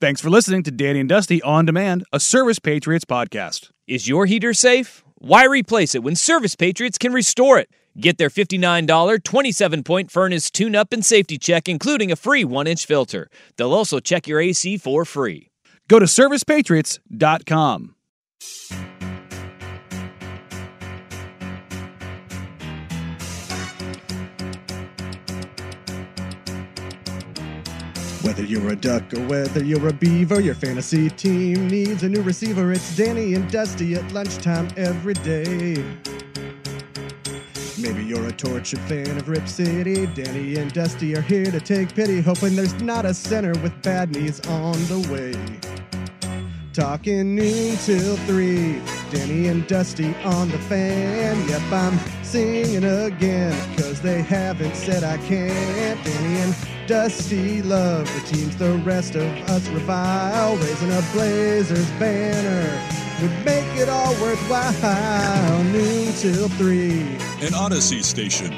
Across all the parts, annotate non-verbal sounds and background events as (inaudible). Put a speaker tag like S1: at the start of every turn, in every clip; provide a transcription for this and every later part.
S1: Thanks for listening to Danny and Dusty On Demand, a Service Patriots podcast.
S2: Is your heater safe? Why replace it when Service Patriots can restore it? Get their $59 27 point furnace tune up and safety check, including a free 1 inch filter. They'll also check your AC for free.
S1: Go to servicepatriots.com.
S3: Whether you're a duck or whether you're a beaver, your fantasy team needs a new receiver. It's Danny and Dusty at lunchtime every day. Maybe you're a tortured fan of Rip City. Danny and Dusty are here to take pity, hoping there's not a center with bad knees on the way. Talking noon till three. Danny and Dusty on the fan. Yep, I'm singing again, cause they haven't said I can't. Danny and Dusty love the teams the rest of us revile. Raising a Blazers banner would make it all worthwhile. Noon till three.
S4: an Odyssey station.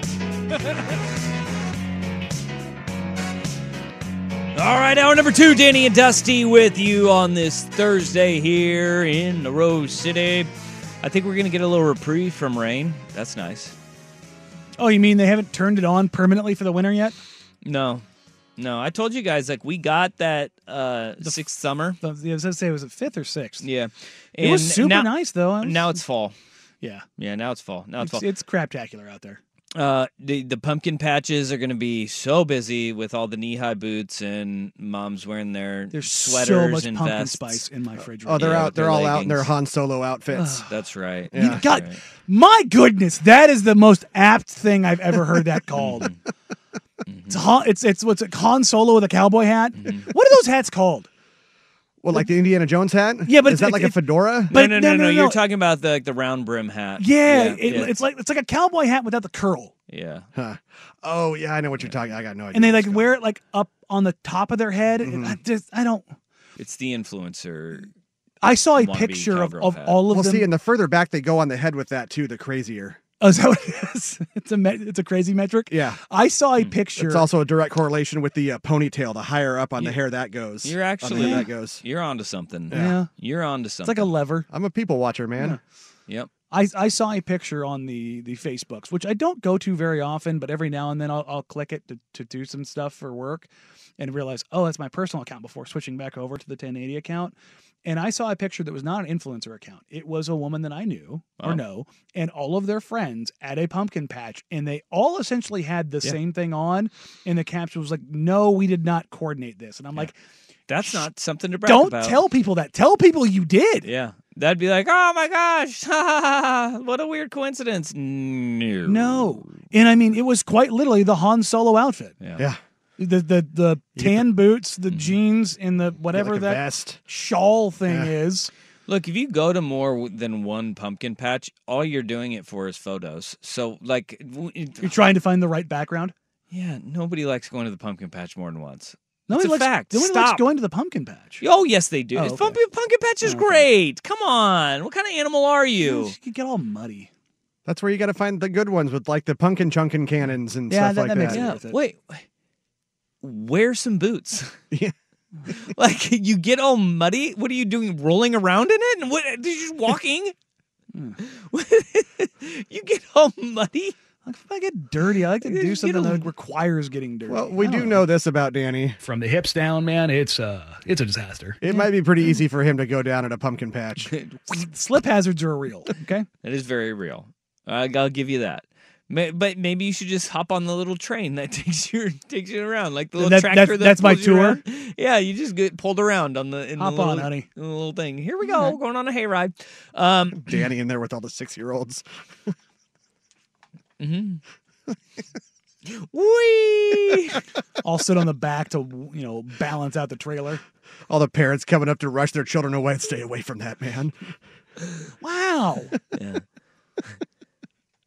S2: All right, hour number two, Danny and Dusty with you on this Thursday here in the Rose City. I think we're going to get a little reprieve from rain. That's nice.
S1: Oh, you mean they haven't turned it on permanently for the winter yet?
S2: No, no, I told you guys, like, we got that uh, sixth summer.
S1: I was going to say, was it fifth or sixth?
S2: Yeah.
S1: It was
S2: And
S1: super
S2: now-
S1: nice, though. I was-
S2: Now it's fall.
S1: yeah.
S2: Yeah, now it's fall. Now it's,
S1: It's,
S2: fall.
S1: it's craptacular out there.
S2: Uh, the the pumpkin patches are going to be so busy with all the knee high boots and moms wearing their
S1: There's
S2: sweaters
S1: so much
S2: and
S1: pumpkin
S2: vests.
S1: spice in my fridge.
S3: Oh,
S1: right
S3: they're
S2: Yeah,
S3: out.
S2: with their
S3: They're all out in their
S2: leggings.
S3: Han Solo outfits.
S2: That's right.
S1: now. You-
S3: Yeah.
S1: God,
S2: Right.
S1: my goodness, that is the most apt thing I've ever heard
S2: (laughs)
S1: that called.
S2: Mm-hmm.
S1: It's Han, it's it's what's it, Han Solo with a cowboy hat. What are those hats called?
S3: Well, like the Indiana Jones hat.
S1: Yeah, but
S3: is
S1: it-
S3: that like a
S1: it-
S3: fedora?
S1: But
S2: no, no, no, no, You're talking about the like, the round brim hat.
S1: Yeah, it,
S2: yeah,
S1: it's like it's like a cowboy hat without the curl,
S2: yeah.
S3: Huh. Oh yeah, I know what you're talking. I got no idea.
S1: and they
S3: what
S1: like
S3: it's
S1: wear it like up on the top of their head.
S2: Mm-hmm.
S1: I just I don't.
S2: It's the influencer.
S1: I saw a
S2: Wannabe
S1: picture of,
S2: cowgirl
S1: of
S2: hat.
S1: all of
S3: called. Well,
S1: them.
S3: see, and the further back they go on the head with that too, the crazier.
S1: oh, (laughs) is that what it is? It's a me- it's a crazy metric.
S3: Yeah.
S1: I saw
S2: Mm-hmm.
S1: a picture.
S3: It's also a direct correlation with the uh, ponytail. The higher up on the hair that goes,
S2: You're
S3: on the
S2: actually
S3: hair that goes.
S2: You're onto something.
S1: Yeah.
S2: You're onto
S1: it's
S2: something.
S1: like a lever.
S3: I'm a people watcher, man.
S2: Yep.
S1: I, I saw a picture on the the Facebooks, which I don't go to very often, but every now and then I'll, I'll click it to, to do some stuff for work and realize, oh, that's my personal account before switching back over to the 1080 account. And I saw a picture that was not an influencer account. It was a woman that I knew or
S2: Wow.
S1: know and all of their friends at a pumpkin patch. And they all essentially had the same thing on. And the caption was like, no, we did not coordinate this. And I'm like,
S2: That's not something to brag
S1: don't
S2: about.
S1: tell people that. Tell people you did.
S2: Yeah. That'd be like, oh my gosh, (laughs) what a weird coincidence. No.
S1: No. And I mean, it was quite literally the Han Solo outfit.
S2: Yeah.
S3: Yeah,
S1: the the the tan boots, the jeans, and the whatever
S3: like a
S1: that
S3: vest.
S1: shawl thing
S3: Yeah.
S1: is.
S2: Look, if you go to more w- than one pumpkin patch, all you're doing it for is photos. So, like, w- it-
S1: You're trying to find the right background.
S2: yeah, nobody likes going to the pumpkin patch more than once.
S1: Nobody
S2: a
S1: likes
S2: fact.
S1: nobody likes
S2: Stop.
S1: going to the pumpkin patch.
S2: Oh, yes, they do.
S1: Oh,
S2: It's
S1: okay.
S2: pumpkin, pumpkin patch is great. Come on. What kind of animal are you?
S1: You get all muddy.
S3: That's where you got to find the good ones with like the pumpkin chunkin cannons and
S1: Yeah,
S3: stuff
S1: that-
S3: like
S1: that makes
S2: Yeah.
S1: with it.
S2: Wait. Wear
S1: (laughs)
S2: some boots. (laughs)
S3: Yeah.
S2: like you get all muddy. What are you doing? Rolling around in it? And
S1: Hmm.
S2: (laughs) what? Are you just walking? you get all muddy.
S1: Like, if I get dirty, I like to
S4: You-
S1: do
S4: you
S1: something
S4: don't-
S1: that requires getting dirty. Oh.
S3: Well, we
S1: I
S3: do
S1: don't
S3: know this about Danny.
S4: From the hips down, man, it's uh it's a disaster.
S3: It might be pretty easy for him to go down at a
S1: (laughs)
S3: pumpkin patch. (laughs)
S1: Slip hazards are real. Okay.
S2: That is very real. I I'll give you that. May, but maybe you should just hop on the little train that (laughs) takes you takes you around, like the little
S1: That-
S2: tractor.
S1: that's-
S2: that
S1: that's my
S2: pulls you
S1: tour?
S2: around. Yeah, you just get pulled around on the in
S1: Hop
S2: the little,
S1: on, honey.
S2: in the little thing. Here we go, going on a hayride. Um,
S3: Danny in there with all the six year olds.
S2: (laughs) wee.
S1: I'll sit on the back to you know balance out the trailer.
S3: All the parents coming up to rush their children away. Stay away from that man.
S1: Wow.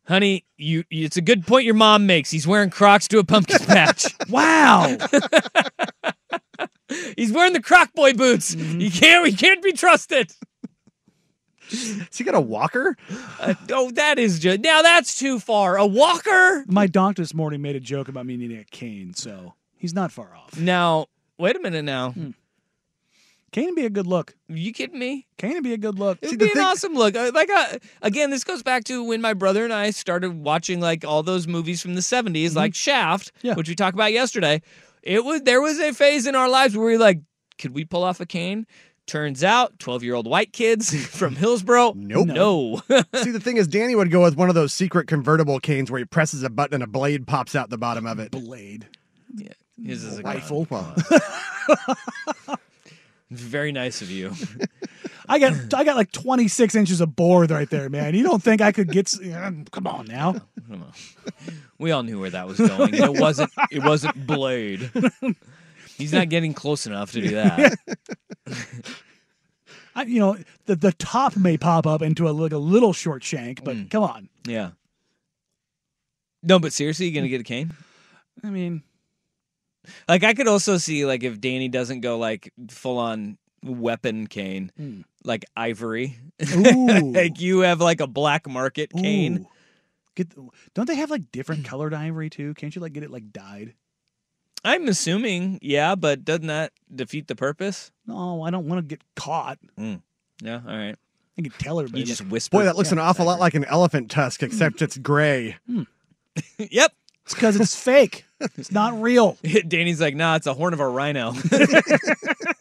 S2: honey, you. It's a good point your mom makes. He's wearing Crocs to
S1: (laughs)
S2: a pumpkin patch.
S1: Wow.
S2: He's wearing the Croc boy boots.
S1: Mm-hmm.
S2: You can't. We can't be trusted.
S3: Has he got a walker?
S2: Uh, oh, that is just now. That's too far. A walker.
S1: My doctor this morning made a joke about me needing a cane, so he's not far off.
S2: Now, wait a minute. Now,
S1: Hmm. Cane would be a good look.
S2: you kidding me?
S1: Cane would be a good look.
S2: It would
S3: the
S2: be
S3: thing-
S2: an awesome look. Uh, Like uh, again, this goes back to when my brother and I started watching like all those movies from the '70s,
S3: Mm-hmm.
S2: like Shaft,
S1: Yeah.
S2: which we talked about yesterday. It was there was a phase in our lives where we were like, could we pull off a cane? Turns out, twelve-year-old white kids (laughs) from Hillsboro,
S3: Nope.
S2: no,
S3: See, the thing is, Danny would go with one of those secret convertible canes where he presses a button and a blade pops out the bottom of it.
S1: Blade.
S2: (laughs) His is a gun.
S3: Rifle. Well, (laughs)
S2: Very nice of you.
S1: I got I got like 26 inches of board right there, man. You don't think I could get? s- Come on now.
S2: We all knew where that was going.
S3: (laughs)
S2: It wasn't. It wasn't Blade. He's not getting close enough to
S3: (laughs)
S2: do that.
S1: I, you know, the the top may pop up into a like a little short shank, but
S2: Mm.
S1: come on.
S2: Yeah. No, but seriously, you gonna get a cane?
S1: I mean,
S2: Like I could also see like if Danny doesn't go like full on weapon cane,
S3: Hmm.
S2: like ivory. (laughs)
S1: ooh,
S2: like you have like a black market cane.
S1: Ooh. Get the- don't they have like different
S2: Mm.
S1: colored ivory too? Can't you like get it like dyed?
S2: I'm assuming, yeah, but doesn't that defeat the purpose?
S1: No, I don't want to get caught.
S2: Yeah, all right.
S1: I can tell everybody.
S2: You just whisper.
S3: boy, that looks an awful lot like an elephant tusk, except it's gray.
S2: (laughs) yep.
S1: it's because it's fake. It's
S2: (laughs)
S1: not real.
S2: Danny's like, nah, it's a horn of
S3: (laughs)
S2: a rhino. (laughs)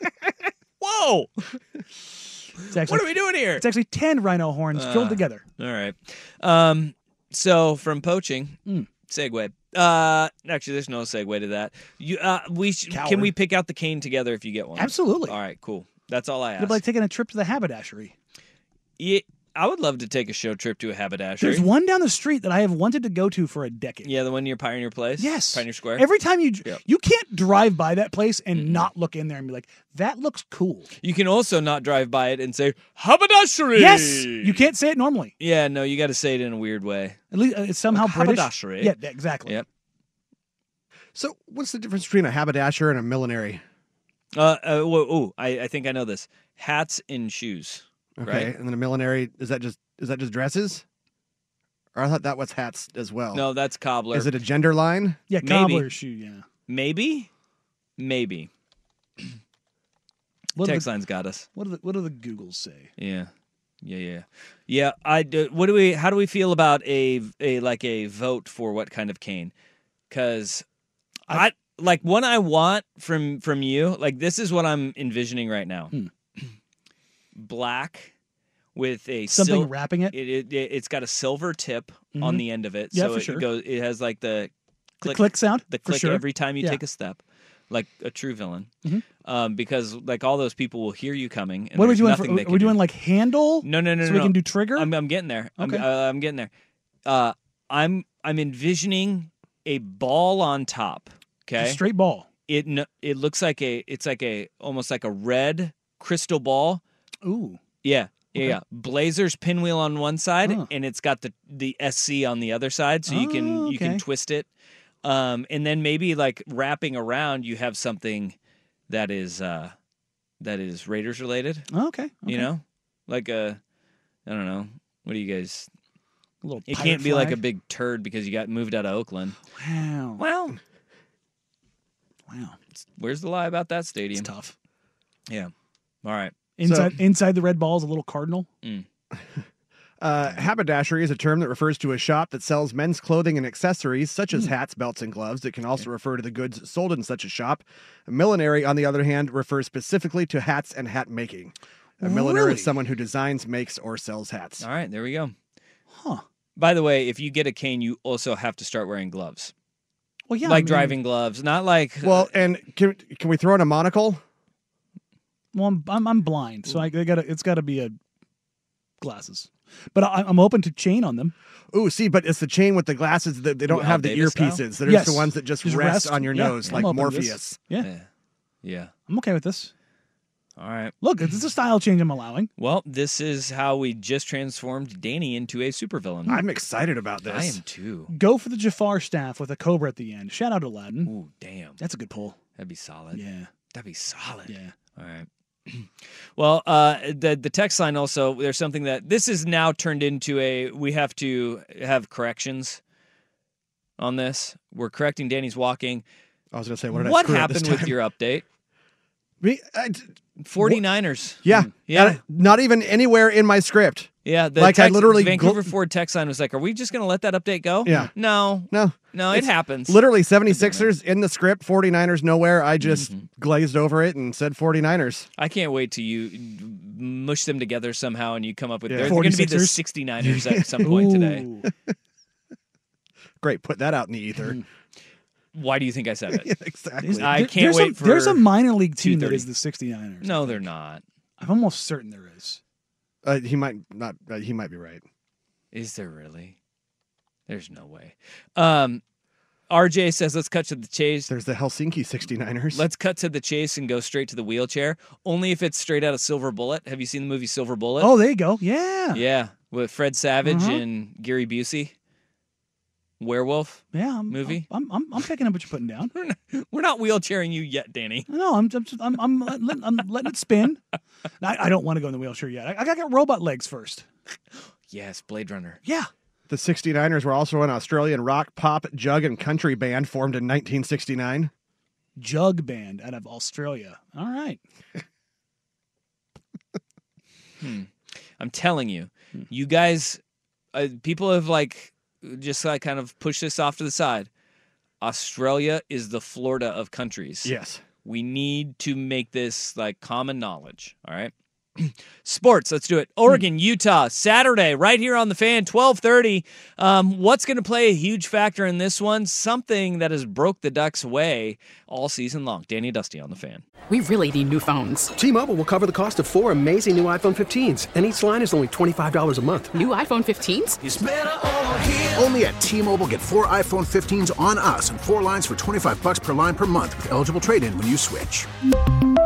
S2: Whoa!
S1: It's actually
S2: What are we Uh, doing here?
S1: it's actually ten rhino horns drilled together.
S2: All right. Um, so from poaching,
S1: Hmm.
S2: segue. Uh, actually, there's no segue to that. You, uh, we sh-
S1: Coward.
S2: can we pick out the cane together if you get one.
S1: Absolutely.
S2: All right, cool. That's all I
S1: It'd
S2: asked.
S1: be like taking a trip to the haberdashery.
S2: yeah, I would love to take a show trip to a haberdashery.
S1: There's one down the street that I have wanted to go to for a decade.
S2: Yeah, the one near Pioneer Place.
S1: Yes.
S2: Pioneer Square.
S1: Every time you
S2: Yep. Mm-hmm.
S1: you can't drive by that place and not look in there and be like, that looks cool.
S2: you can also not drive by it and say haberdashery.
S1: Yes, you can't say it normally.
S2: Yeah, no, you got to say it in a weird way.
S1: At least uh, it's somehow British.
S2: haberdashery.
S1: Yeah, th- exactly.
S2: Yep.
S3: So, what's the difference between a haberdasher and a millinery?
S2: Uh, uh oh, I, I think I know this. Hats and shoes.
S3: Okay,
S2: Right.
S3: and then a millinery is that just is that just dresses? Or I thought that was hats as well.
S1: Oh.
S2: No, that's cobbler.
S3: is it a gender line?
S1: Yeah,
S2: Maybe.
S1: cobbler shoe. Yeah.
S2: Maybe, maybe.
S1: What do,
S2: Text
S1: the,
S2: line's got us.
S1: what, do the, what do the Googles say?
S2: Yeah, yeah, yeah, yeah. I. do- What do we? How do we feel about a a like a vote for what kind of cane? Because I, like one I want from from you. Like this is what I'm envisioning right now.
S1: Hmm.
S2: (clears throat) Black with a
S1: Something
S2: sil-
S1: wrapping it?
S2: It, it, it has got a silver tip on the end of it.
S1: Yeah,
S2: so
S1: for
S2: it
S1: sure.
S2: goes. It has like the
S1: The
S2: click
S1: click sound?
S2: the
S1: for
S2: click
S1: sure.
S2: every time you
S1: Yeah. Mm-hmm.
S2: take a step, like a true villain, um, because like all those people will hear you coming. And
S1: What are we
S2: there's
S1: doing? For,
S2: nothing they
S1: are
S2: can
S1: we
S2: do.
S1: doing like handle?
S2: No, no, no,
S1: So
S2: no.
S1: we can
S2: no.
S1: do trigger?
S2: I'm, I'm getting there. I'm,
S1: Okay.
S2: uh, I'm getting there. Uh, I'm I'm envisioning a ball on top. Okay,
S1: Straight ball.
S2: it n- it looks like a it's like a almost like a red crystal ball.
S1: Ooh.
S2: Yeah. Yeah, yeah. Blazers pinwheel on one side,
S1: Huh.
S2: and it's got the the SC on the other side, so you can
S1: Oh,
S2: you can
S1: okay.
S2: twist it, um, and then maybe like wrapping around, you have something that is uh, that is Raiders related.
S1: Okay. okay.
S2: You know, like a I don't know. What do you guys?
S1: a little
S2: It
S1: pirate
S2: can't be like a
S1: flag.
S2: big turd because you got moved out of Oakland.
S1: Wow.
S2: Well,
S1: Wow.
S2: where's the lie about that
S1: It's
S2: stadium?
S1: tough.
S2: Yeah. All right.
S1: Inside inside the red ball is a little cardinal.
S3: Uh, haberdashery is a term that refers to a shop that sells men's clothing and accessories, such
S2: Hmm.
S3: as hats, belts, and gloves. It can also refer to the goods sold in such a shop. Millinery, on the other hand, refers specifically to hats and hat making. A milliner
S1: Really?
S3: is someone who designs, makes, or sells hats.
S2: All right, there we go.
S1: Huh.
S2: By the way, if you get a cane, you also have to start wearing gloves,
S1: Well, yeah. I
S2: like
S1: mean,
S2: driving gloves, not like
S3: Well, and can, can we throw in a monocle?
S1: Well, I'm I'm, I'm blind, so I, I gotta. It's gotta be a glasses. But I, I'm open to chain on them.
S3: Ooh, see, but it's the chain with the glasses that they don't
S2: Ooh, Al
S3: have the
S2: Davis style?
S3: earpieces. They're
S1: Yes.
S3: just the ones that just,
S1: Just
S3: rest,
S1: rest.
S3: on your
S1: Yeah,
S3: nose,
S1: I'm
S3: like
S1: open to this.
S3: Morpheus.
S1: Yeah,
S2: yeah, yeah.
S1: I'm okay with this.
S2: All right.
S1: Look, it's a style change I'm allowing.
S2: Well, this is how we just transformed Danny into a supervillain.
S3: I'm excited about this.
S2: Hmm. I am too.
S1: Go for the Jafar staff with a cobra at the end. Shout out Aladdin.
S2: Ooh, damn.
S1: That's a good pull.
S2: That'd be solid.
S1: Yeah,
S2: That'd be solid.
S1: yeah.
S2: All right. (clears throat) Well, uh, the the text line also there's something that this is now turned into a we have to have corrections on this. We're correcting Danny's walking.
S3: I was going to say, what did I screw up this
S2: happened with
S3: time?
S2: your
S3: (laughs)
S2: update?
S3: Me- I d-
S2: 49ers.
S3: yeah.
S2: Hmm. Mm. Yeah.
S3: Not, not even anywhere in my script.
S2: Yeah, the
S3: Like, I
S2: text-
S3: literally gl-
S2: Vancouver Ford text line was like, "Are we just going to let that update go?"
S3: Yeah.
S2: No.
S3: No.
S2: No, it
S3: It's
S2: happens.
S3: Literally 76ers in the script, 49ers nowhere. I just
S2: Mm-hmm.
S3: glazed over it and said 49ers.
S2: I can't wait till you mush them together somehow and you come up with
S3: Yeah.
S2: they're, going to be the
S1: 46ers.
S2: 69ers at some point today. (laughs)
S1: Ooh.
S3: Great, put that out in the ether. (laughs)
S2: Why do you think I said it?
S3: exactly.
S2: Mm-hmm. I
S1: There-
S2: can't
S1: there's
S2: wait
S1: a, There's
S2: for
S1: a minor league team that
S2: 2:30.
S1: is the 69ers.
S2: No, they're not.
S1: I'm almost certain there is.
S3: Uh, he might not. Uh, he might be right.
S2: Is there really? There's no way. Um, RJ says, let's cut to the chase.
S3: There's the Helsinki 69ers.
S2: Let's cut to the chase and go straight to the wheelchair. Only if it's straight out of Silver Bullet. Have you seen the movie Silver Bullet?
S1: Oh, there you go. Yeah.
S2: yeah, with Fred Savage
S1: Uh-huh.
S2: and Gary Busey. Werewolf.
S1: Yeah, I'm,
S2: Movie?
S1: I'm, I'm, I'm picking up what you're putting down.
S2: We're not wheelchairing you yet, Danny.
S1: No, I'm I'm just- I'm, I'm, letting, I'm letting it spin. (laughs) I, I don't want to go in the wheelchair yet. I, I gotta get robot legs first.
S2: Yes, Blade Runner.
S1: Yeah.
S3: The 69ers were also an Australian rock, pop, jug, and country band formed in 1969.
S1: Jug band out of Australia. All right.
S2: I'm telling you, you guys, uh, people have like just like kind of pushed this off to the side. Australia is the Florida of countries.
S3: Yes.
S2: We need to make this like common knowledge. All right. (clears throat) Sports, let's do it. Oregon, Utah, Saturday, right here on the fan, twelve thirty. Um, what's going to play a huge factor in this one? Something that has broke the Ducks' way all season long. Danny Dusty on the fan.
S5: We really need new phones.
S6: T-Mobile will cover the cost of four amazing new iPhone 15s, and each line is only $25 a month.
S5: New iPhone 15s?
S7: Only at T-Mobile, get four iPhone 15s on us and four lines for 25 bucks per line per month with eligible trade-in when you switch.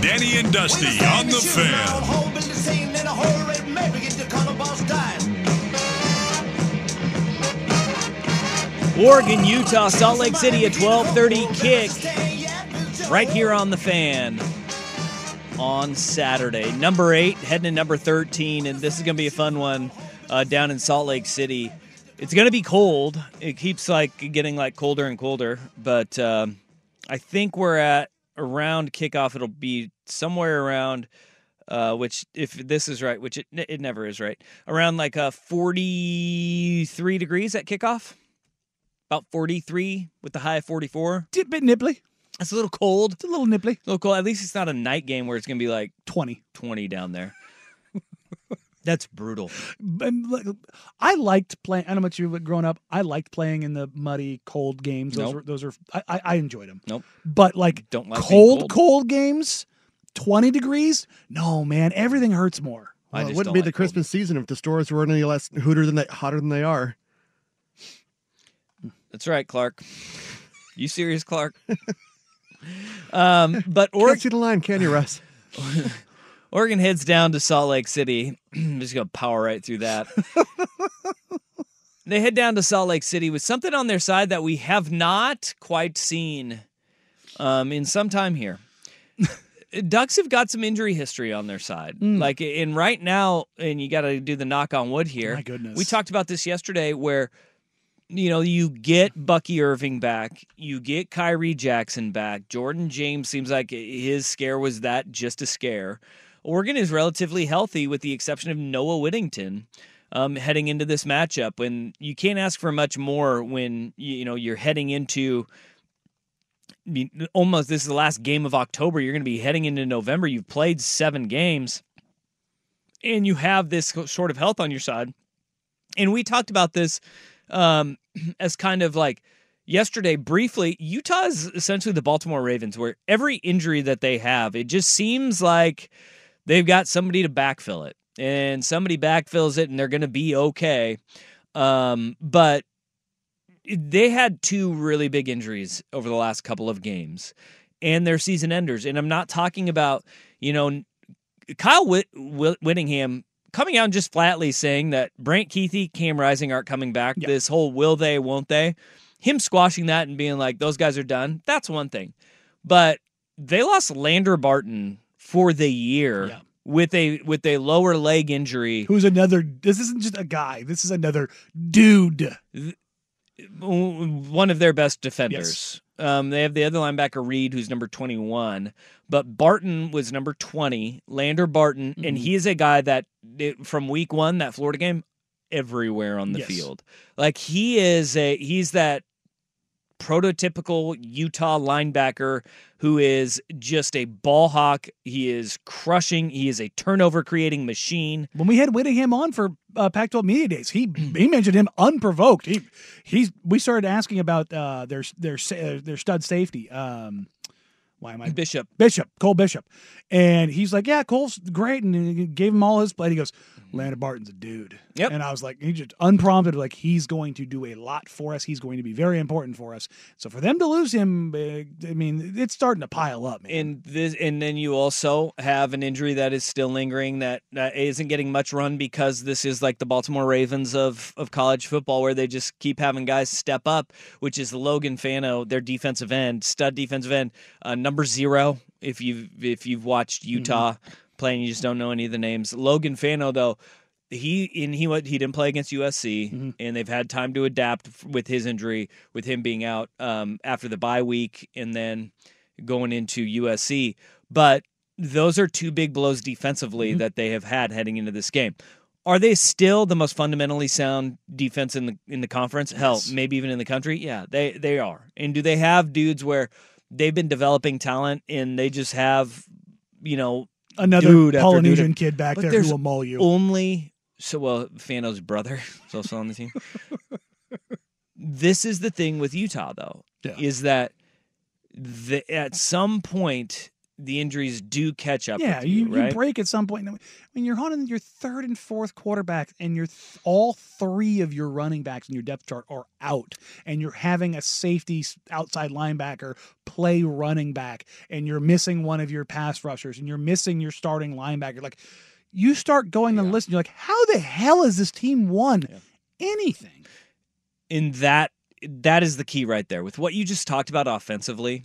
S8: Danny and Dusty on the fan.
S2: Oregon, Utah, Salt Lake City at 12:30 kick. Right here on the fan on Saturday. Number 8 heading to number 13 and this is going to be a fun one uh, down in Salt Lake City. It's going to be cold. It keeps like getting like colder and colder, but um, I think we're at around kickoff. It'll be somewhere around, uh, which if this is right, which it it never is right, around like uh, forty three degrees at kickoff, about forty three with the high of forty four.
S1: It's a bit nibbly.
S2: It's a little cold.
S1: It's a little nibbly.
S2: A little cold. At least it's not a night game where it's going to be like
S1: 20.
S2: 20
S3: (laughs)
S2: down there. That's brutal.
S1: And look, I liked playing. I don't know about you, but growing up, I liked playing in the muddy, cold games. Those
S2: Nope.
S1: were those are I, I, I enjoyed them.
S2: Nope.
S1: But like
S2: Don't like being
S1: cold,
S2: cold.
S1: games, twenty degrees. No man, everything hurts more.
S2: I
S3: Well, it
S2: just
S3: wouldn't
S2: don't
S3: be the
S2: like cold.
S3: Christmas season if the stores were any less hooter than they, hotter than they are.
S2: That's right, Clark. You serious, Clark?
S3: (laughs)
S2: um, but
S3: Or
S2: Oregon.
S3: Can't see the line, can you,
S2: (laughs)
S3: Russ?
S2: Oregon heads down to Salt Lake City. (clears throat) I'm just going to power right
S1: (laughs)
S2: through that. they head down to Salt Lake City with something on their side that we have not quite seen um, in some time here.
S1: (laughs)
S2: Ducks have got some injury history on their side.
S1: Mm.
S2: Like, and right now, and you got to do the knock on wood here.
S1: My goodness.
S2: We talked about this yesterday where, you know, you get Bucky Irving back, you get Kyrie Jackson back. Jordan James seems like his scare was that just a scare. Oregon is relatively healthy with the exception of Noah Whittington um, heading into this matchup. When you can't ask for much more when, you you know, you're heading into I mean, almost this is the last game of October. You're going to be heading into November. You've played seven games, and you have this co- sort of health on your side. And we talked about this um, (clears throat) as kind of like yesterday briefly. Utah is essentially the Baltimore Ravens, where every injury that they have, it just seems like they've got somebody to backfill it, and somebody backfills it, and they're going to be okay. Um, but they had two really big injuries over the last couple of games and their season enders. And I'm not talking about, you know, Kyle Whit- Whit- Whittingham coming out and just flatly saying that Brant Keithy, Cam Rising aren't coming back.
S1: Yeah.
S2: This whole will they, won't they? Him squashing that and being like, those guys are done. That's one thing. But they lost Lander Barton for the year.
S1: Yeah.
S2: With a with a lower leg injury,
S1: Who's another? This isn't just a guy. This is another dude.
S2: one of their best defenders. Um, they have the other linebacker Reed, who's number twenty-one, but Barton was number twenty. Lander Barton, and he is a guy that it- from week one, that Florida game, everywhere on the
S1: Yes.
S2: field. Like he is a he's that prototypical Utah linebacker who is just a ball hawk. He is crushing. He is a turnover creating machine.
S1: When we had Whittingham on for uh, Pac-12 Media Days, he he mentioned him unprovoked. He he's we started asking about uh, their their sa- uh, their stud safety. Um, why am I
S2: Bishop
S1: Bishop, Cole Bishop. And he's like, Yeah, Cole's great. And he gave him all his play. And he goes, Landon Barton's a dude.
S2: Yep.
S1: And I was like, he just unprompted, like, he's going to do a lot for us. He's going to be very important for us. So for them to lose him, uh, I mean, it's starting to pile up, man.
S2: and this and then you also have an injury that is still lingering that, that isn't getting much run because this is like the Baltimore Ravens of of college football where they just keep having guys step up which is Logan Fano their defensive end stud defensive end uh, number 0 if you have if you've watched Utah play and you just don't know any of the names Logan Fano though he and he went he didn't play against USC and they've had time to adapt f- with his injury with him being out um, after the bye week and then going into USC. But those are two big blows defensively that they have had heading into this game. Are they still the most fundamentally sound defense in the in the conference? Hell, maybe even in the country. Yeah, they they are. And do they have dudes where they've been developing talent and they just have you know
S1: Another
S2: dude after
S1: Polynesian
S2: dude-
S1: kid back
S2: But
S1: there who
S2: there's
S1: will maul you.
S2: only so well Fano's brother is also on the team. this is the thing with Utah though,
S1: Yeah.
S2: is that the, at some point the injuries do catch up.
S1: yeah,
S2: with you,
S1: you,
S2: right?
S1: you break at some point. When you're on your third and fourth quarterback, and your th- all three of your running backs in your depth chart are out, and you're having a safety s- outside linebacker play running back, and you're missing one of your pass rushers, and you're missing your starting linebacker, like you start going and listening. You're like, how the hell is this team won anything?
S2: in that that is the key right there with what you just talked about offensively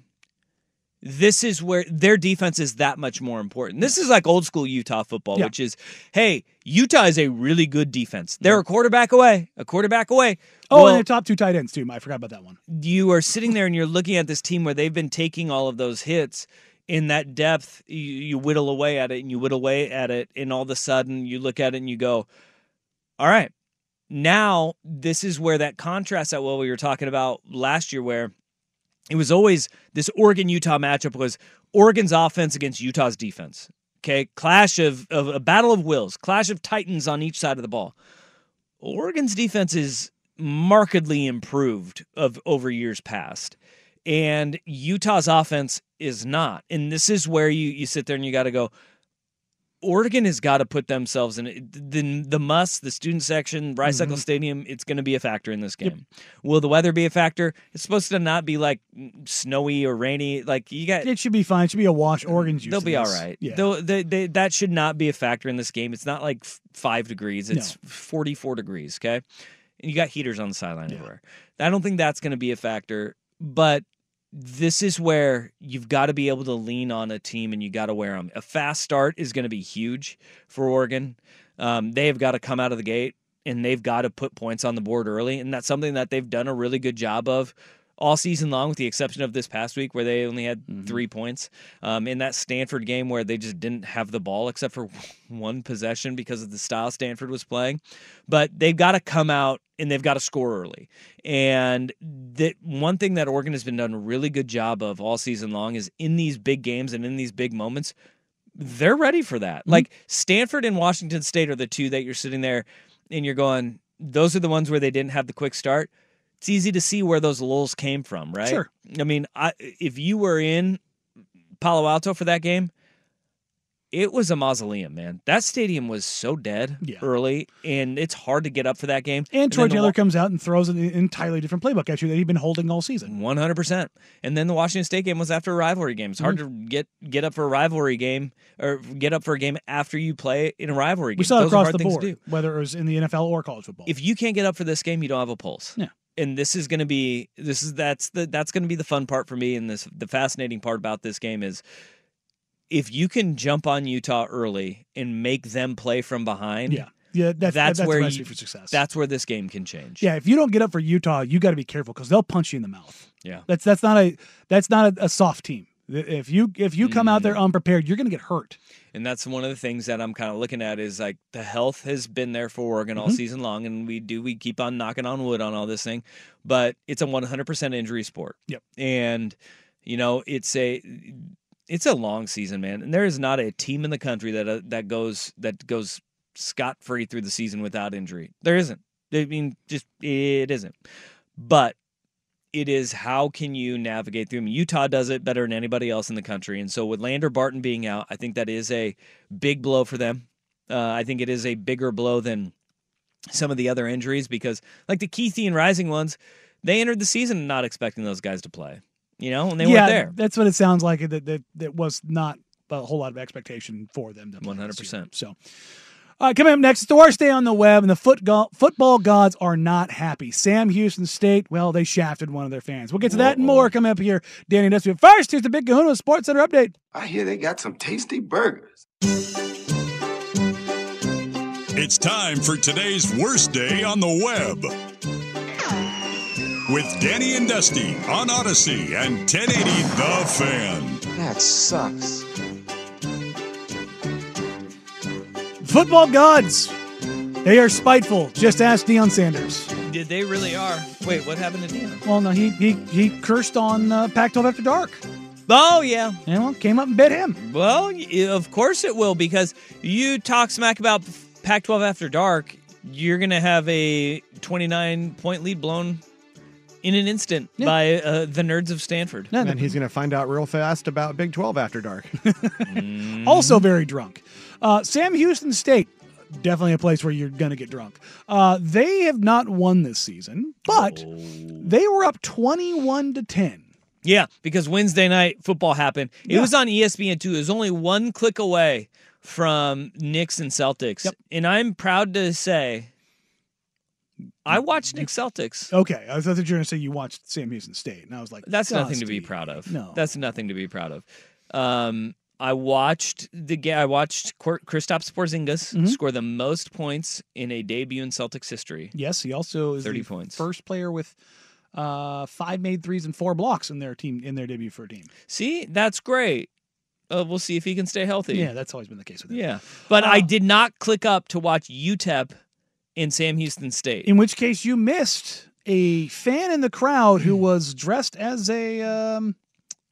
S2: this is where their defense is that much more important. This is like old school Utah football,
S1: Yeah.
S2: which is, hey, Utah is a really good defense. They're a quarterback away, a quarterback away.
S1: Oh,
S2: Well,
S1: and their top two tight ends too. I forgot about that one.
S2: you are sitting there and you're looking at this team where they've been taking all of those hits in that depth you, you whittle away at it and you whittle away at it and all of a sudden you look at it and you go all right now this is where that contrast that well we were talking about last year where it was always this Oregon Utah matchup was Oregon's offense against Utah's defense. Okay, clash of, of a battle of wills, clash of titans on each side of the ball. Oregon's defense is markedly improved of over years past, and Utah's offense is not. And this is where you you sit there and you got to go. Oregon has got to put themselves in it. the the must the student section Rice Eccles Stadium. It's going to be a factor in this game. Will the weather be a factor? It's supposed to not be like snowy or rainy. Like you got,
S1: It should be fine. It should be a wash. Oregon's used
S2: they'll
S1: to
S2: be all
S1: this.
S2: right.
S1: Yeah.
S2: They'll- they- they- that should not be a factor in this game. It's not like f- five degrees. It's forty four degrees. Okay, and you got heaters on the sideline everywhere. I don't think that's going to be a factor, but. This is where you've got to be able to lean on a team and you got to wear them. A fast start is going to be huge for Oregon. Um, they have got to come out of the gate and they've got to put points on the board early. And that's something that they've done a really good job of all season long, with the exception of this past week where they only had three points. Um, in that Stanford game where they just didn't have the ball except for (laughs) one possession because of the style Stanford was playing. But they've got to come out and they've got to score early. And that one thing that Oregon has been done a really good job of all season long is in these big games and in these big moments, they're ready for that.
S1: Mm-hmm.
S2: Like Stanford and Washington State are the two that you're sitting there and you're going, those are the ones where they didn't have the quick start. It's easy to see where those lulls came from, right?
S1: Sure.
S2: I mean, I, if you were in Palo Alto for that game, it was a mausoleum, man. That stadium was so dead early, and it's hard to get up for that game.
S1: And Troy
S2: then the
S1: Taylor
S2: Wa-
S1: comes out and throws an entirely different playbook at you that he'd been holding all season.
S2: One hundred percent. And then the Washington State game was after a rivalry game. It's hard
S1: Mm-hmm.
S2: to get get up for a rivalry game or get up for a game after you play in a rivalry game.
S1: We saw it
S2: Those are
S1: across
S2: hard
S1: the
S2: things to do.
S1: board, whether it was in the NFL or college football.
S2: If you can't get up for this game, you don't have a pulse.
S1: Yeah.
S2: And this is going to be this is that's the that's going to be the fun part for me. And this the fascinating part about this game is if you can jump on Utah early and make them play from behind.
S1: Yeah. Yeah, that's,
S2: that's,
S1: that's
S2: where
S1: the
S2: you,
S1: recipe for success.
S2: That's where this game can change.
S1: yeah, if you don't get up for Utah, you got to be careful because they'll punch you in the mouth.
S2: Yeah.
S1: That's that's not a that's not a, a soft team. If you if you come out there
S2: Mm.
S1: unprepared, you're going to get hurt.
S2: And that's one of the things that I'm kind of looking at is like the health has been there for Oregon all
S1: Mhm.
S2: season long, and we do we keep on knocking on wood on all this thing, but it's a 100% injury sport.
S1: Yep.
S2: And you know it's a it's a long season, man, and there is not a team in the country that uh, that goes that goes scot free through the season without injury. There isn't. I mean, just it isn't. But it is how can you navigate through them? Utah does it better than anybody else in the country. And so with Lander Barton being out, I think that is a big blow for them. Uh, I think it is a bigger blow than some of the other injuries because like the Keithy and Rising ones, they entered the season not expecting those guys to play. You know, and they
S1: yeah,
S2: weren't there.
S1: that's what it sounds like. That that that was not a whole lot of expectation for them. to play
S2: One hundred
S1: this year.
S2: percent.
S1: So, all right, coming up next, it's the worst day on the web, and the foot go- football gods are not happy. Sam Houston State, well, they shafted one of their fans. We'll get to that and more coming up here. Danny and Dusty. But First, here's the Big Kahuna Sports Center update.
S9: I hear they got some tasty burgers.
S10: It's time for today's worst day on the web. With Danny and Dusty on Odyssey and 1080 The Fan. That sucks.
S1: Football gods, they are spiteful. Just ask Deion Sanders.
S2: Did they really are? Wait, what happened to Deion?
S1: Well, no, he he, he cursed on uh, Pac-12 after dark.
S2: Oh yeah,
S1: and well, came up and bit him.
S2: Well, y- of course it will because you talk smack about Pac 12 after dark, you're going to have a 29 point lead blown in an instant by uh, the nerds of Stanford.
S11: and then he's going to find out real fast about Big 12 after dark.
S2: Mm-hmm.
S1: also very drunk. Uh, Sam Houston State, definitely a place where you're going to get drunk. Uh, they have not won this season, but they were up 21 to 10.
S2: Yeah, because Wednesday night football happened. It
S1: Yeah.
S2: was on E ESPN2. It was only one click away from Knicks and Celtics. And I'm proud to say I watched Nick Celtics.
S1: Okay, I thought that you were going to say you watched Sam Houston State, and I was like,
S2: That's nothing to
S1: "Dusty."
S2: be proud of.
S1: No.
S2: that's nothing to be proud of. Um, I watched the game. I watched Cor- Kristaps Porzingis
S1: Mm-hmm.
S2: score the most points in a debut in Celtics history.
S1: Yes, he also is
S2: 30
S1: the
S2: points.
S1: first player with uh, five made threes and four blocks in their team in their debut for a team.
S2: See, that's great. Uh, we'll see if he can stay healthy.
S1: Yeah, Uh, that's always been the case with him.
S2: Yeah. But I did not click up to watch UTEP in Sam Houston State.
S1: In which case, you missed a fan in the crowd
S2: Mm.
S1: who was dressed as a um,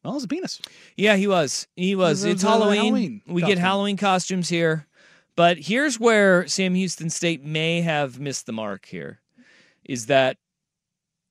S1: well as a penis.
S2: Yeah, he was. He was.
S1: It was
S2: It's
S1: a
S2: Halloween.
S1: Halloween
S2: we get
S1: costume.
S2: Halloween costumes here. But here's where Sam Houston State may have missed the mark here is that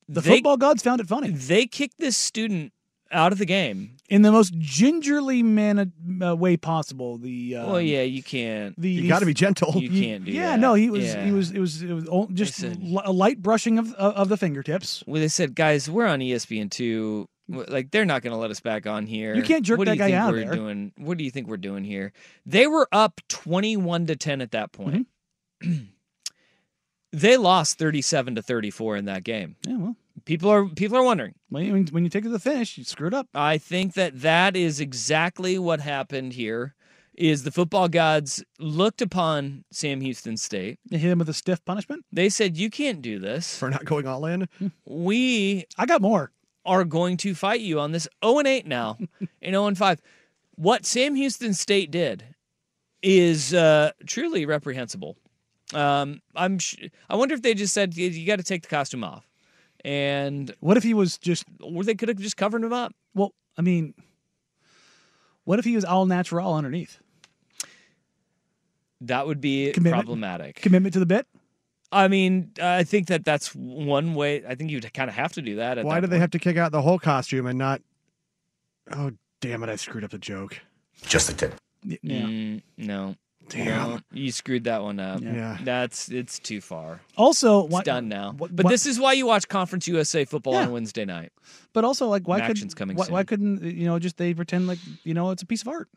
S1: The
S2: they,
S1: football gods found it funny
S2: they kicked this student out of the game.
S1: in the most gingerly man uh, way possible. The uh,
S2: well, yeah, you can't.
S1: the-
S11: You got to be gentle.
S2: you can't do
S1: yeah,
S2: that.
S1: no, he was,
S2: Yeah.
S1: he was, it was, it was all- just
S2: said-
S1: li- a light brushing of of of the fingertips.
S2: Well, they said, guys, we're on E ESPN two. Like they're not going to let us back on here.
S1: You can't jerk
S2: what do
S1: that
S2: you
S1: guy
S2: think
S1: out of
S2: we're
S1: there."
S2: Doing what do you think we're doing here? They were up twenty-one to ten at that point.
S1: Mm-hmm.
S2: (clears throat) they lost thirty-seven to thirty-four in that game.
S1: Yeah, well,
S2: People are people are wondering.
S1: when you, when you take it to the finish, you screwed up.
S2: I think that that is exactly what happened here. Is the football gods looked upon Sam Houston State?
S1: You hit him with a stiff punishment.
S2: They said, "You can't do
S11: (laughs)
S2: this.
S11: for not going all in.
S2: We
S1: I got more.
S2: are going to fight you on this 0 and
S11: (laughs)
S2: 8 now and 0 and 5. What Sam Houston State did is uh, truly reprehensible. Um, I'm sh- I wonder if they just said "You- you got to take the costume off, and
S1: What if he was just
S2: or they could have just covered him up.
S1: well? I mean, what if he was all natural underneath?
S2: That would be
S1: Commitment.
S2: problematic.
S1: Commitment to the bit.
S2: I mean, I think that that's one way. I think you'd kind of have to do that. At
S11: Why
S2: that
S11: do they
S2: point.
S11: have to kick out the whole costume and not? Oh damn it! I screwed up the joke.
S7: Just a tip.
S1: Y- Yeah.
S2: Mm, no.
S11: Damn.
S2: No, you screwed that one up.
S11: Yeah.
S2: That's it's too far.
S1: Also,
S2: It's
S1: why,
S2: done now.
S1: what-
S2: but
S1: what-
S2: this is why you watch Conference USA football
S1: Yeah.
S2: on Wednesday night.
S1: But also, like, why
S2: Action's
S1: could
S2: coming
S1: why, why
S2: soon.
S1: couldn't you know just they pretend like you know it's a piece of art?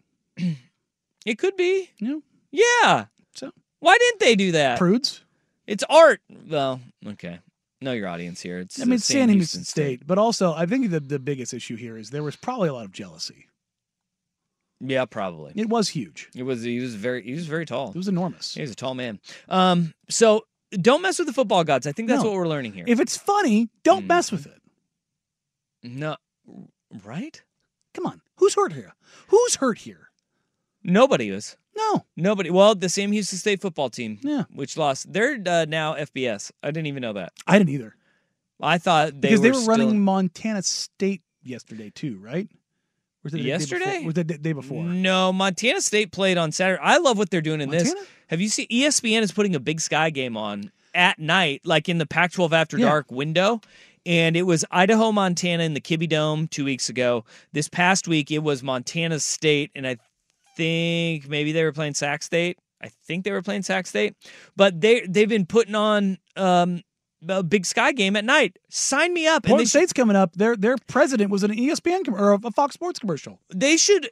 S2: It could be.
S1: You know,
S2: Yeah.
S1: So?
S2: why didn't they do that?
S1: prudes.
S2: it's art. Well, okay. Know your audience here. It's
S1: I
S2: uh,
S1: mean,
S2: Sam
S1: San
S2: Houston
S1: Houston State. But also, I think the the biggest issue here is there was probably a lot of jealousy.
S2: Yeah, probably.
S1: It was huge.
S2: It was. He was very. He was very tall.
S1: It was enormous.
S2: He was a tall man. Um. So don't mess with the football gods. I think that's
S1: No.
S2: what we're learning here.
S1: If it's funny, don't
S2: Mm.
S1: mess with it.
S2: no, right?
S1: Come on, who's hurt here? Who's hurt here?
S2: Nobody was.
S1: No,
S2: Nobody. Well, the Sam Houston State football team.
S1: Yeah.
S2: Which lost. They're uh, now FBS. I didn't even know that.
S1: I didn't either
S2: I thought they
S1: because
S2: were,
S1: they were running
S2: still-
S1: Montana State yesterday too, right? Was it the day before-
S2: Yesterday? Mm.
S1: Was it the day before?
S2: No, Montana State played on Saturday. I love what they're doing in this.
S1: Montana?
S2: Have you seen E ESPN is putting a Big Sky game on at night, like in the Pac-12 after
S1: Yeah.
S2: dark window? And it was Idaho, Montana in the Kibbe Dome two weeks ago. This past week, it was Montana State, and I think maybe they were playing Sac State. I think they were playing Sac State, but they they've been putting on um, a Big Sky game at night. Sign me up. and they
S1: Portland
S2: should-
S1: State's coming up. Their their president was in an E ESPN com- or a Fox Sports commercial.
S2: they should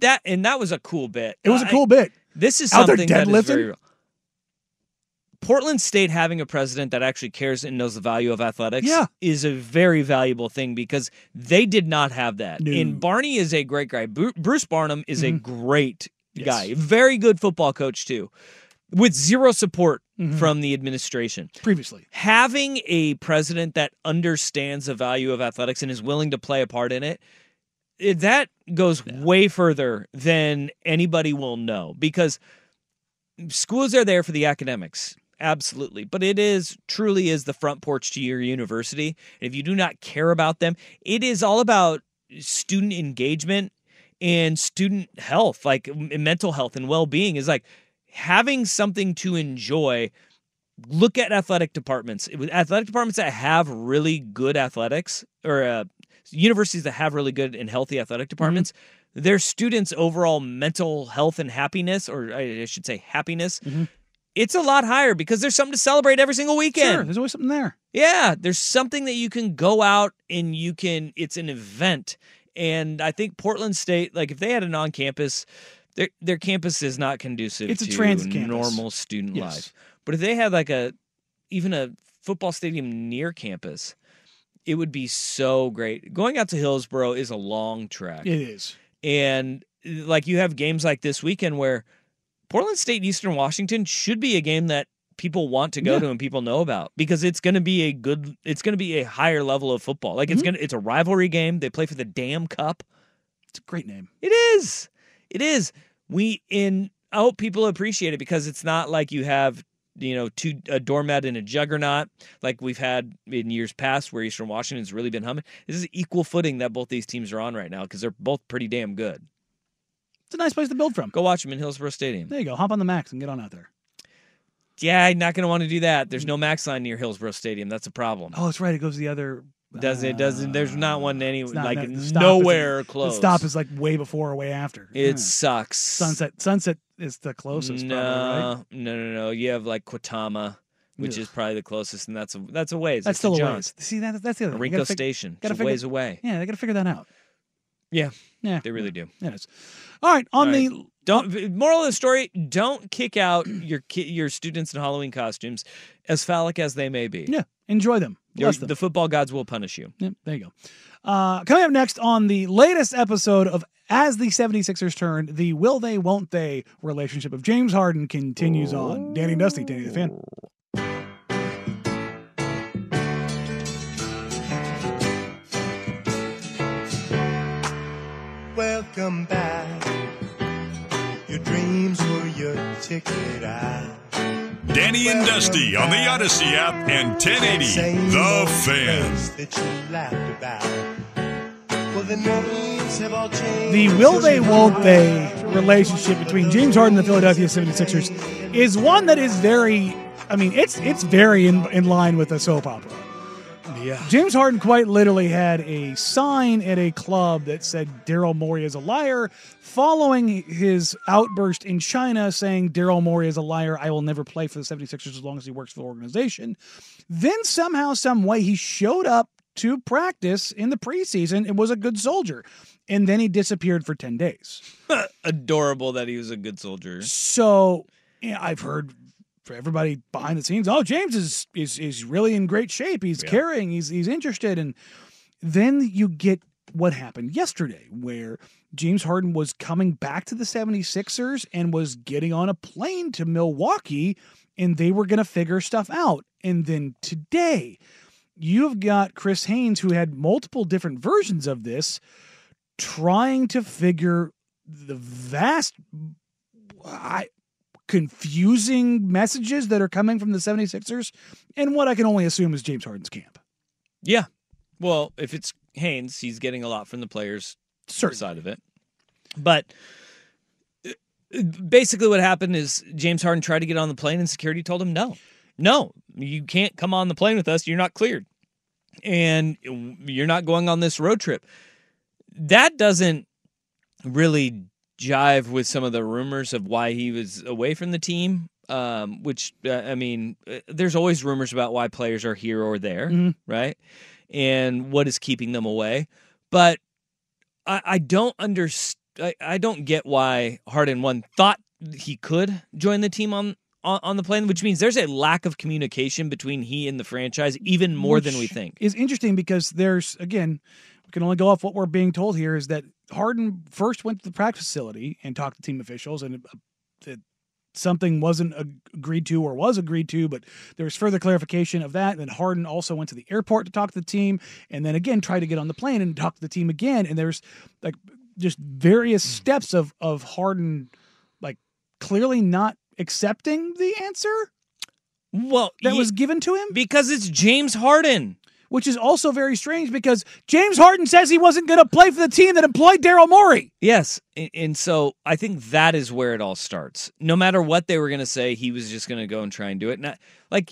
S2: that and that was a cool bit.
S1: It was a
S2: I-
S1: cool bit.
S2: This is
S1: Out there
S2: something that is very
S1: deadlifting?
S2: real. Portland State having a president that actually cares and knows the value of athletics
S1: Yeah.
S2: is a very valuable thing because they did not have that.
S1: No.
S2: And Barney is a great guy. Bru- Bruce Barnum is a great
S1: Mm-hmm. Yes.
S2: guy, very good football coach too, with zero support
S1: Mm-hmm.
S2: from the administration.
S1: Previously,
S2: Having a president that understands the value of athletics and is willing to play a part in it it- that goes way further than anybody will know because schools are there for the academics absolutely but it is truly is the front porch to your university if you do not care about them it is all about student engagement and student health like m- mental health and well-being is like having something to enjoy look at athletic departments It was- athletic departments that have really good athletics or uh, universities that have really good and healthy athletic departments, their students' overall mental health and happiness, or I I should say happiness, it's a lot higher because there's something to celebrate every single
S1: sure,
S2: weekend.
S1: there's always something there.
S2: Yeah, there's something that you can go out and you can. It's an event, and I think Portland State, like if they had an on-campus, their their campus is not conducive.
S1: It's a
S2: to
S1: transit campus.
S2: normal student
S1: Yes.
S2: life. But if they had like a even a football stadium near campus, it would be so great. Going out to Hillsboro is a long track.
S1: It is.
S2: And like you have games like this weekend where Portland State and Eastern Washington should be a game that people want to go
S1: Yeah.
S2: to and people know about because it's going to be a good it's going to be a higher level of football. Like it's
S1: Mhm.
S2: going to it's a rivalry game. They play for the damn cup.
S1: It's a great name.
S2: It is. It is. We in I hope people appreciate it because it's not like you have you know two a doormat and a juggernaut like we've had in years past where Eastern Washington's really been humming. This is equal footing that both these teams are on right now because they're both pretty damn good.
S1: It's a nice place to build from.
S2: Go watch them in Hillsborough Stadium.
S1: There you go. Hop on the Max and get on out there.
S2: Yeah, I'm not going to want to do that. There's no max line near Hillsborough Stadium. That's a problem.
S1: Oh, that's right. It goes the other. uh,
S2: Doesn't it? Doesn't there's not one any
S1: It's not-
S2: like
S1: the stop is-
S2: nowhere close.
S1: The stop is like way before or way after.
S2: it
S1: Yeah.
S2: sucks.
S1: Sunset. Sunset is the closest.
S2: No,
S1: Probably, right?
S2: no, no, no. You have like Quitama, which
S1: Ugh.
S2: is probably the closest, and that's a that's a ways.
S1: That's
S2: It's
S1: still a
S2: John.
S1: ways. See, that, that's the other. thing. We
S2: Rinco
S1: gotta fig-
S2: Station. It's
S1: gotta
S2: a
S1: figure-
S2: ways away.
S1: Yeah, they got to figure that out.
S2: Yeah,
S1: Yeah,
S2: they really do.
S1: That is. All right. On
S2: All right.
S1: the
S2: Don't. Moral of the story: Don't kick out your ki- your students in Halloween costumes, as phallic as they may be.
S1: yeah, enjoy them.
S2: Your-
S1: Bless them.
S2: the football gods will punish you.
S1: Yep, there you go. Uh, coming up next on the latest episode of As the 76ers Turn, the will they, won't they relationship of James Harden continues on. Danny and Dusty, Danny the Fan.
S12: Welcome back. Your dreams were your ticket. I
S10: Danny and Dusty on the Odyssey app and 1080 The Fan.
S12: that you laughed about. Well, the names have all changed.
S1: The will they, won't they relationship between James Harden and the Philadelphia 76ers is one that is very, I mean, it's it's very in, in line with a soap opera.
S4: Yeah.
S1: James Harden quite literally had a sign at a club that said Daryl Morey is a liar following his outburst in China saying Daryl Morey is a liar. I will never play for the 76ers as long as he works for the organization. Then somehow, some way, he showed up to practice in the preseason and was a good soldier. And then he disappeared for 10 days.
S2: Adorable that he was a good soldier.
S1: So yeah, I've heard for everybody behind the scenes, oh James is is is really in great shape. He's carrying. He's he's interested. And then you get what happened yesterday, where James Harden was coming back to the 76ers and was getting on a plane to Milwaukee, and they were going to figure stuff out. And then today, you've got Chris Haynes, who had multiple different versions of this, trying to figure the vast I confusing messages that are coming from the 76ers and what I can only assume is James Harden's camp.
S2: Yeah. Well, if it's Haynes, he's getting a lot from the players side of it. But uh, basically, what happened is James Harden tried to get on the plane, and security told him, no, no, you can't come on the plane with us. You're not cleared. And uh, you're not going on this road trip. That doesn't really jive with some of the rumors of why he was away from the team. Um, which uh, I mean, uh, there's always rumors about why players are here or there,
S1: Mhm.
S2: right? And what is keeping them away. But I, I don't understand. I, I don't get why Harden one thought he could join the team on, on on the plane, which means there's a lack of communication between he and the franchise, even more than we
S1: Which
S2: think.
S1: Is interesting because there's again, we can only go off what we're being told here is that Harden first went to the practice facility and talked to team officials and uh, that something wasn't ag- agreed to or was agreed to, but there was further clarification of that. And then Harden also went to the airport to talk to the team and then again tried to get on the plane and talk to the team again. And there's like just various
S2: Hmm.
S1: steps of of Harden like clearly not accepting the answer
S2: well
S1: that
S2: ye-
S1: was given to him
S2: because it's James Harden
S1: which is also very strange because James Harden says he wasn't going to play for the team that employed Daryl Morey.
S2: Yes, and, and so I think that is where it all starts. No matter what they were going to say, he was just going to go and try and do it. Not like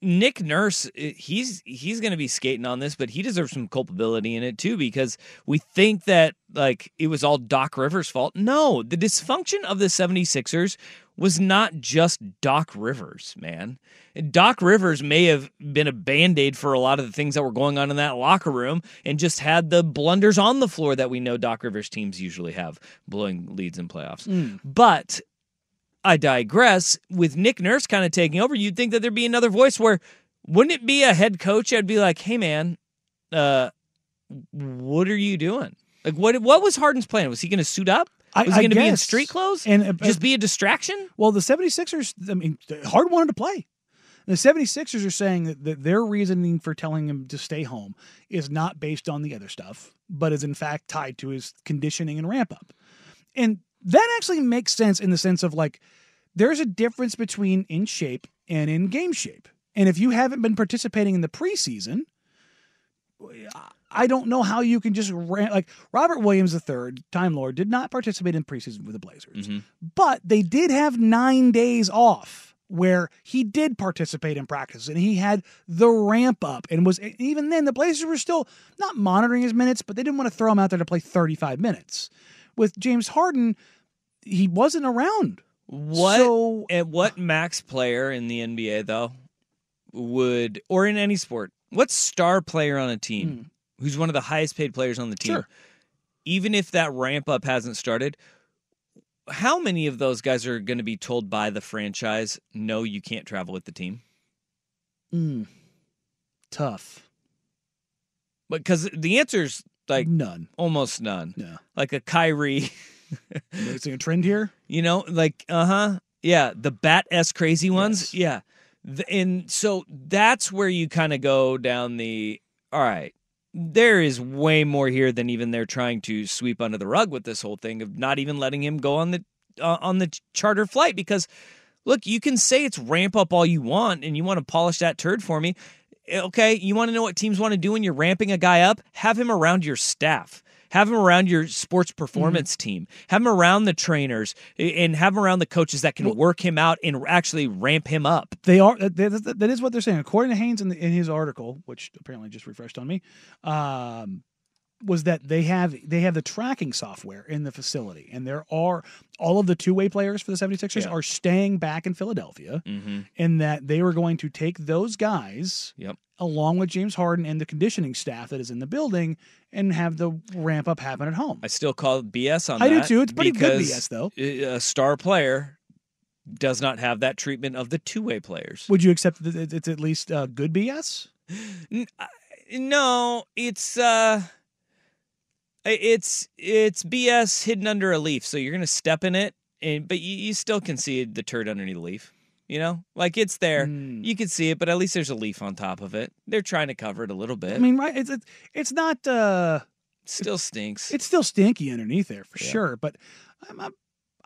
S2: Nick Nurse, eh, he's he's going to be skating on this, but he deserves some culpability in it too because we think that like it was all Doc Rivers' fault. No, the dysfunction of the 76ers was not just Doc Rivers, man. Doc Rivers may have been a band aid for a lot of the things that were going on in that locker room and just had the blunders on the floor that we know Doc Rivers teams usually have, blowing leads in playoffs.
S1: Mm.
S2: But I digress. With Nick Nurse kind of taking over, you'd think that there'd be another voice where Wouldn't it be a head coach? I'd be like, hey man, uh, what are you doing? Like, what what was Harden's plan? Was he going to suit up?
S1: I-
S2: Was
S1: I
S2: he going to be in
S1: guess.
S2: street clothes
S1: And, uh,
S2: just be a distraction?
S1: Well, the 76ers, I mean, Hard wanted to play. The 76ers are saying that, that their reasoning for telling him to stay home is not based on the other stuff, but is in fact tied to his conditioning and ramp up. And that actually makes sense in the sense of like, there's a difference between in shape and in game shape. And if you haven't been participating in the preseason, I don't know how you can just ran, like Robert Williams III, Time Lord, did not participate in preseason with the Blazers. But they did have nine days off where he did participate in practice and he had the ramp up and was and even then the Blazers were still not monitoring his minutes, but they didn't want to throw him out there to play 35 minutes. With James Harden, he wasn't around.
S2: What and what max player in the NBA though would or in any sport? What star player on a team who's one of the highest paid players on the team? Even if that ramp up hasn't started, how many of those guys are going to be told by the franchise, "No, you can't travel with the team"?
S1: Mm. Tough.
S2: Because the answer's like
S1: none,
S2: almost none.
S1: Mm-hmm. Yeah,
S2: like a Kyrie.
S1: Noticing a trend here.
S2: You know, like uh huh, yeah, the bat s crazy ones, yeah. Th- and so that's where you kind of go down the all right. There is way more here than even they're trying to sweep under the rug with this whole thing of not even letting him go on the uh, on the ch- charter flight because look, you can say it's ramp up all you want and you want to polish that turd for me. Eh, Okay, you want to know what teams want to do when you're ramping a guy up? Have him around your staff. Have him around your sports performance team. Have him around the trainers a- and have him around the coaches that can work him out and actually ramp him up.
S1: They are that, that, that is what they're saying. According to Haynes in, the, in his article, which apparently just refreshed on me, um, was that they have they have the tracking software in the facility, and there are all of the two way players for the 76ers
S2: Yeah.
S1: are staying back in Philadelphia,
S2: Mm-hmm.
S1: and that they were going to take those guys
S2: Yep.
S1: along with James Harden and the conditioning staff that is in the building and have the ramp up happen at home.
S2: I still call BS on
S1: I do
S2: that.
S1: too. It's pretty good BS
S2: because
S1: though.
S2: A star player does not have that treatment of the two way players.
S1: Would you accept that it- it's at least uh, good BS?
S2: N- I- No, it's uh i- it's it's BS hidden under a leaf. So you're going to step in it and but you, you still can see the turd underneath the leaf. You know? Like it's there.
S1: Hmm.
S2: You can see it, but at least there's a leaf on top of it. They're trying to cover it a little bit.
S1: I mean, right? It's it's, it's not. Uh,
S2: still stinks.
S1: It's still stinky underneath there for sure, but I'm, I'm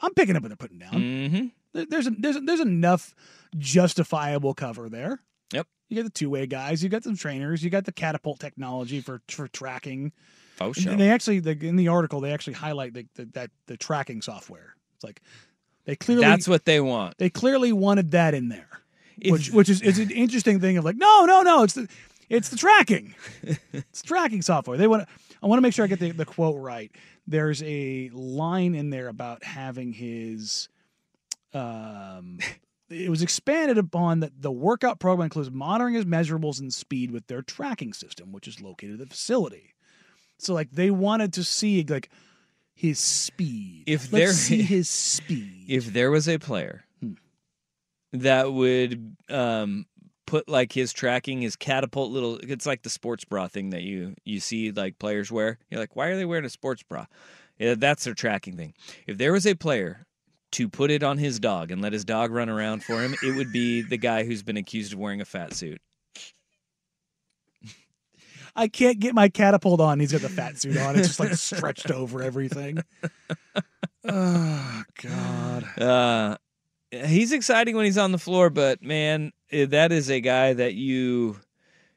S1: I'm picking up what they're putting down.
S2: Mm-hmm.
S1: There- There's a, there's a, there's enough justifiable cover there.
S2: Yep.
S1: You got the two way guys. You got some trainers. You got the catapult technology for for tracking.
S2: Oh,
S1: And They actually the, in the article they actually highlight the, the, that the tracking software. It's like they clearly
S2: That's what they want.
S1: they clearly wanted that in there, which which is it's an interesting thing of like no no no it's the it's the tracking, it's tracking software. They want to, I want to make sure I get the, the quote right. There's a line in there about having his, um, it was expanded upon that the workout program includes monitoring his measurables and speed with their tracking system, which is located at the facility. So like they wanted to see like his speed. Let's
S2: If there- (laughs)
S1: see his speed.
S2: if there was a player that would um put like his tracking his catapult little it's like the sports bra thing that you you see like players wear you're like why are they wearing a sports bra yeah, that's their tracking thing if there was a player to put it on his dog and let his dog run around for him it would be the guy who's been accused of wearing a fat suit
S1: I can't get my catapult on. He's got the fat suit on. It's just like stretched over
S2: (laughs)
S1: everything. Oh God.
S2: Uh, he's exciting when he's on the floor, but man, eh, that is a guy that you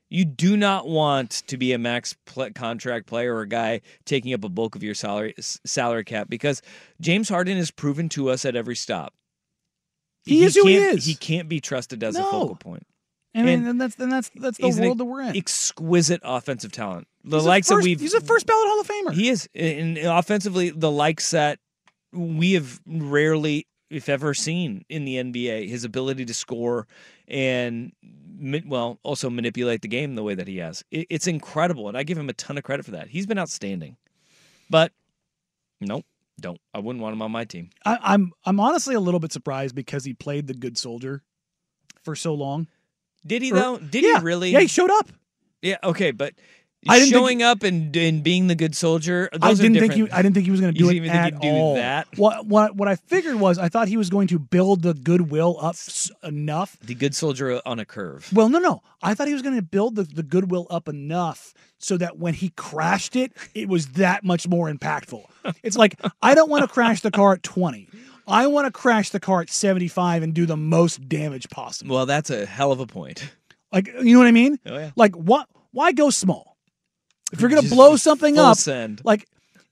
S2: you do not want to be a max pl- contract player or a guy taking up a bulk of your salary s- salary cap because James Harden is proven to us at every stop.
S1: He is who he
S2: can't-
S1: is.
S2: He can't be trusted as a
S1: No.
S2: focal point.
S1: I mean,
S2: And
S1: and, that's then that's that's the
S2: he's an
S1: world that we're in.
S2: Exquisite offensive talent. The
S1: He's a
S2: likes
S1: first-
S2: that we've
S1: He's a first ballot Hall of Famer.
S2: he is. And offensively, the likes that we have rarely, if ever, seen in the NBA, his ability to score and, ma- well, also manipulate the game the way that he has. It- It's incredible. And I give him a ton of credit for that. He's been outstanding. But, nope, don't. I wouldn't want him on my team.
S1: I, I'm I'm honestly a little bit surprised because he played the good soldier for so long.
S2: Did he
S1: Or-
S2: though? Did
S1: Yeah.
S2: he really?
S1: Yeah, he showed up.
S2: Yeah, okay, but
S1: I didn't think-
S2: showing up and, and being the good soldier.
S1: I
S2: Those
S1: didn't
S2: are
S1: think he.
S2: different.
S1: I didn't think he was going to
S2: You
S1: do it
S2: didn't even
S1: at
S2: think he'd do
S1: all.
S2: that?
S1: What what what I figured was I thought he was going to build the goodwill up s- enough.
S2: The good soldier on a curve.
S1: Well, no, no. I thought he was going to build the, the goodwill up enough so that when he crashed it, it was that much more impactful. It's like I don't want to crash the car at twenty. I want to crash the car at seventy-five and do the most damage possible.
S2: Well, that's a hell of a point.
S1: Like you know what I mean?
S2: Oh, yeah.
S1: Like what? Why go small? If you're gonna
S2: Just
S1: blow something
S2: full
S1: up,
S2: send.
S1: like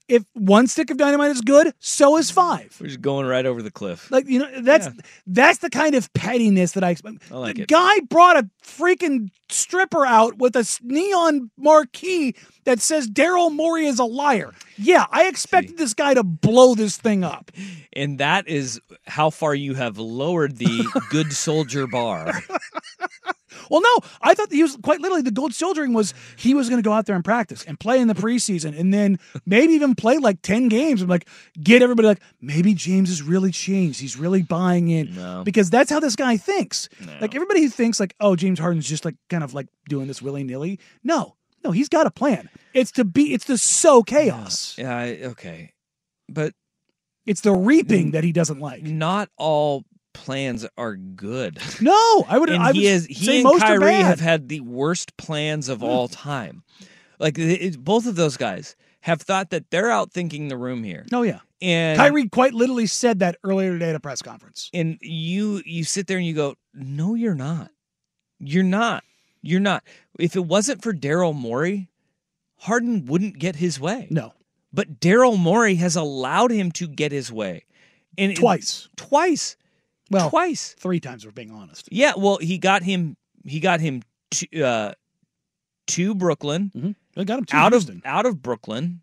S1: if one stick of dynamite is good, so is five.
S2: We're just going right over the cliff.
S1: Like you know, that's that's the kind of pettiness that I expect.
S2: I like
S1: the
S2: it.
S1: guy brought a freaking stripper out with a s- neon marquee that says Daryl Morey is a liar. Yeah, I expected this guy to blow this thing up.
S2: And that is how far you have
S1: (laughs)
S2: lowered the good soldier bar.
S1: Well, no, I thought that he was quite literally the gold soldiering was he was going to go out there and practice and play in the preseason and then maybe even play like 10 games and like get everybody like maybe James has really changed. He's really buying in because that's how this guy thinks. Like everybody who thinks like, oh, James Harden's just like kind of like doing this willy nilly. No, no, he's got a plan. It's to be, it's to sow chaos.
S2: Yeah, I, okay. But
S1: It's the reaping that he doesn't like.
S2: not all plans are good.
S1: (laughs) No, I would,
S2: and
S1: I
S2: he
S1: would
S2: is
S1: say
S2: he and
S1: most are
S2: Kyrie
S1: bad. Hmm.
S2: have had the worst plans of all time. Like it, it- both of those guys have thought that they're out thinking the room here.
S1: oh, yeah.
S2: And
S1: Kyrie quite literally said that earlier today at a press conference.
S2: and you you sit there and you go, "No, you're not. You're not. You're not. If it wasn't for Daryl Morey, Harden wouldn't get his way.
S1: No.
S2: But Daryl Morey has allowed him to get his way. And it-
S1: Twice.
S2: twice.
S1: Well,
S2: twice.
S1: Three times, we're being honest.
S2: Yeah, well, he got him. He got him to uh, to Brooklyn,
S1: They got him to
S2: out
S1: Houston. Mm-hmm.
S2: of out of Brooklyn,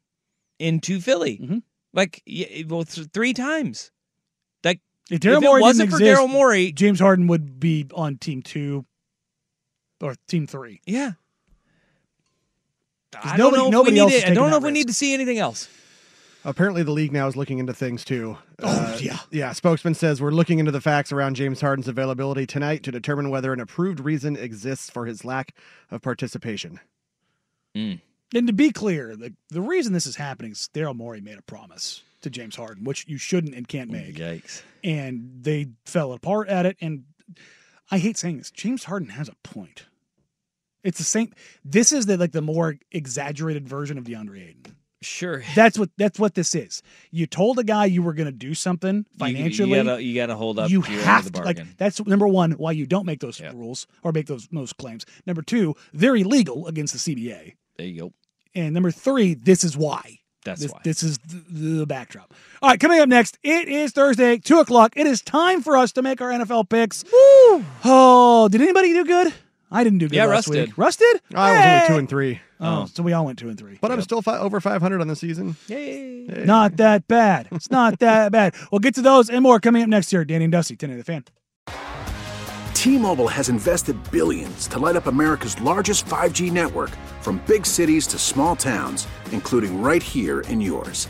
S2: into Philly. Like y- well, th- three times. Like
S1: if Daryl
S2: it
S1: Morey didn't
S2: wasn't for
S1: exist,
S2: Daryl Morey,
S1: James Harden would be on team two or team three.
S2: yeah. I
S1: 'Cause
S2: don't
S1: nobody-
S2: know. if
S1: nobody
S2: we
S1: else
S2: need
S1: is
S2: to, I
S1: taking
S2: don't know
S1: that
S2: if we need to see anything else.
S11: Apparently, the league now is looking into things too. Oh
S1: yeah,
S11: yeah. Spokesman says we're looking into the facts around James Harden's availability tonight to determine whether an approved reason exists for his lack of participation.
S1: And to be clear, the, the reason this is happening is Daryl Morey made a promise to James Harden, which you shouldn't and can't make.
S2: Yikes!
S1: And they fell apart at it. And I hate saying this. James Harden has a point. It's the same. This is the like the more exaggerated version of DeAndre Ayton.
S2: Sure.
S1: That's what that's what this is. You told a guy you were going to do something
S2: You-
S1: financially.
S2: you, gotta, you gotta hold up.
S1: you
S2: to your end of
S1: have
S2: the
S1: to
S2: bargain.
S1: like that's number one why you don't make those rules or make those those claims number two they're illegal against the cba
S2: There you go.
S1: and number three this is why
S2: That's
S1: this,
S2: why.
S1: this is the, the backdrop all right coming up next it is thursday two o'clock it is time for us to make our nfl picks Woo! oh did anybody do good i didn't do good
S11: Yeah,
S1: last
S11: Russ
S1: week
S11: did.
S1: rusted
S11: I was only two and three,
S1: oh, so we all went two and three
S11: but I'm still fi- over 500 on the season. Hey.
S1: not that bad it's not that bad we'll get to those and more coming up next year danny and dusty 10 of the fan
S7: T-Mobile has invested billions to light up America's largest 5G network from big cities to small towns, including right here in yours.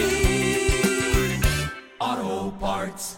S8: O'Reilly Auto Parts.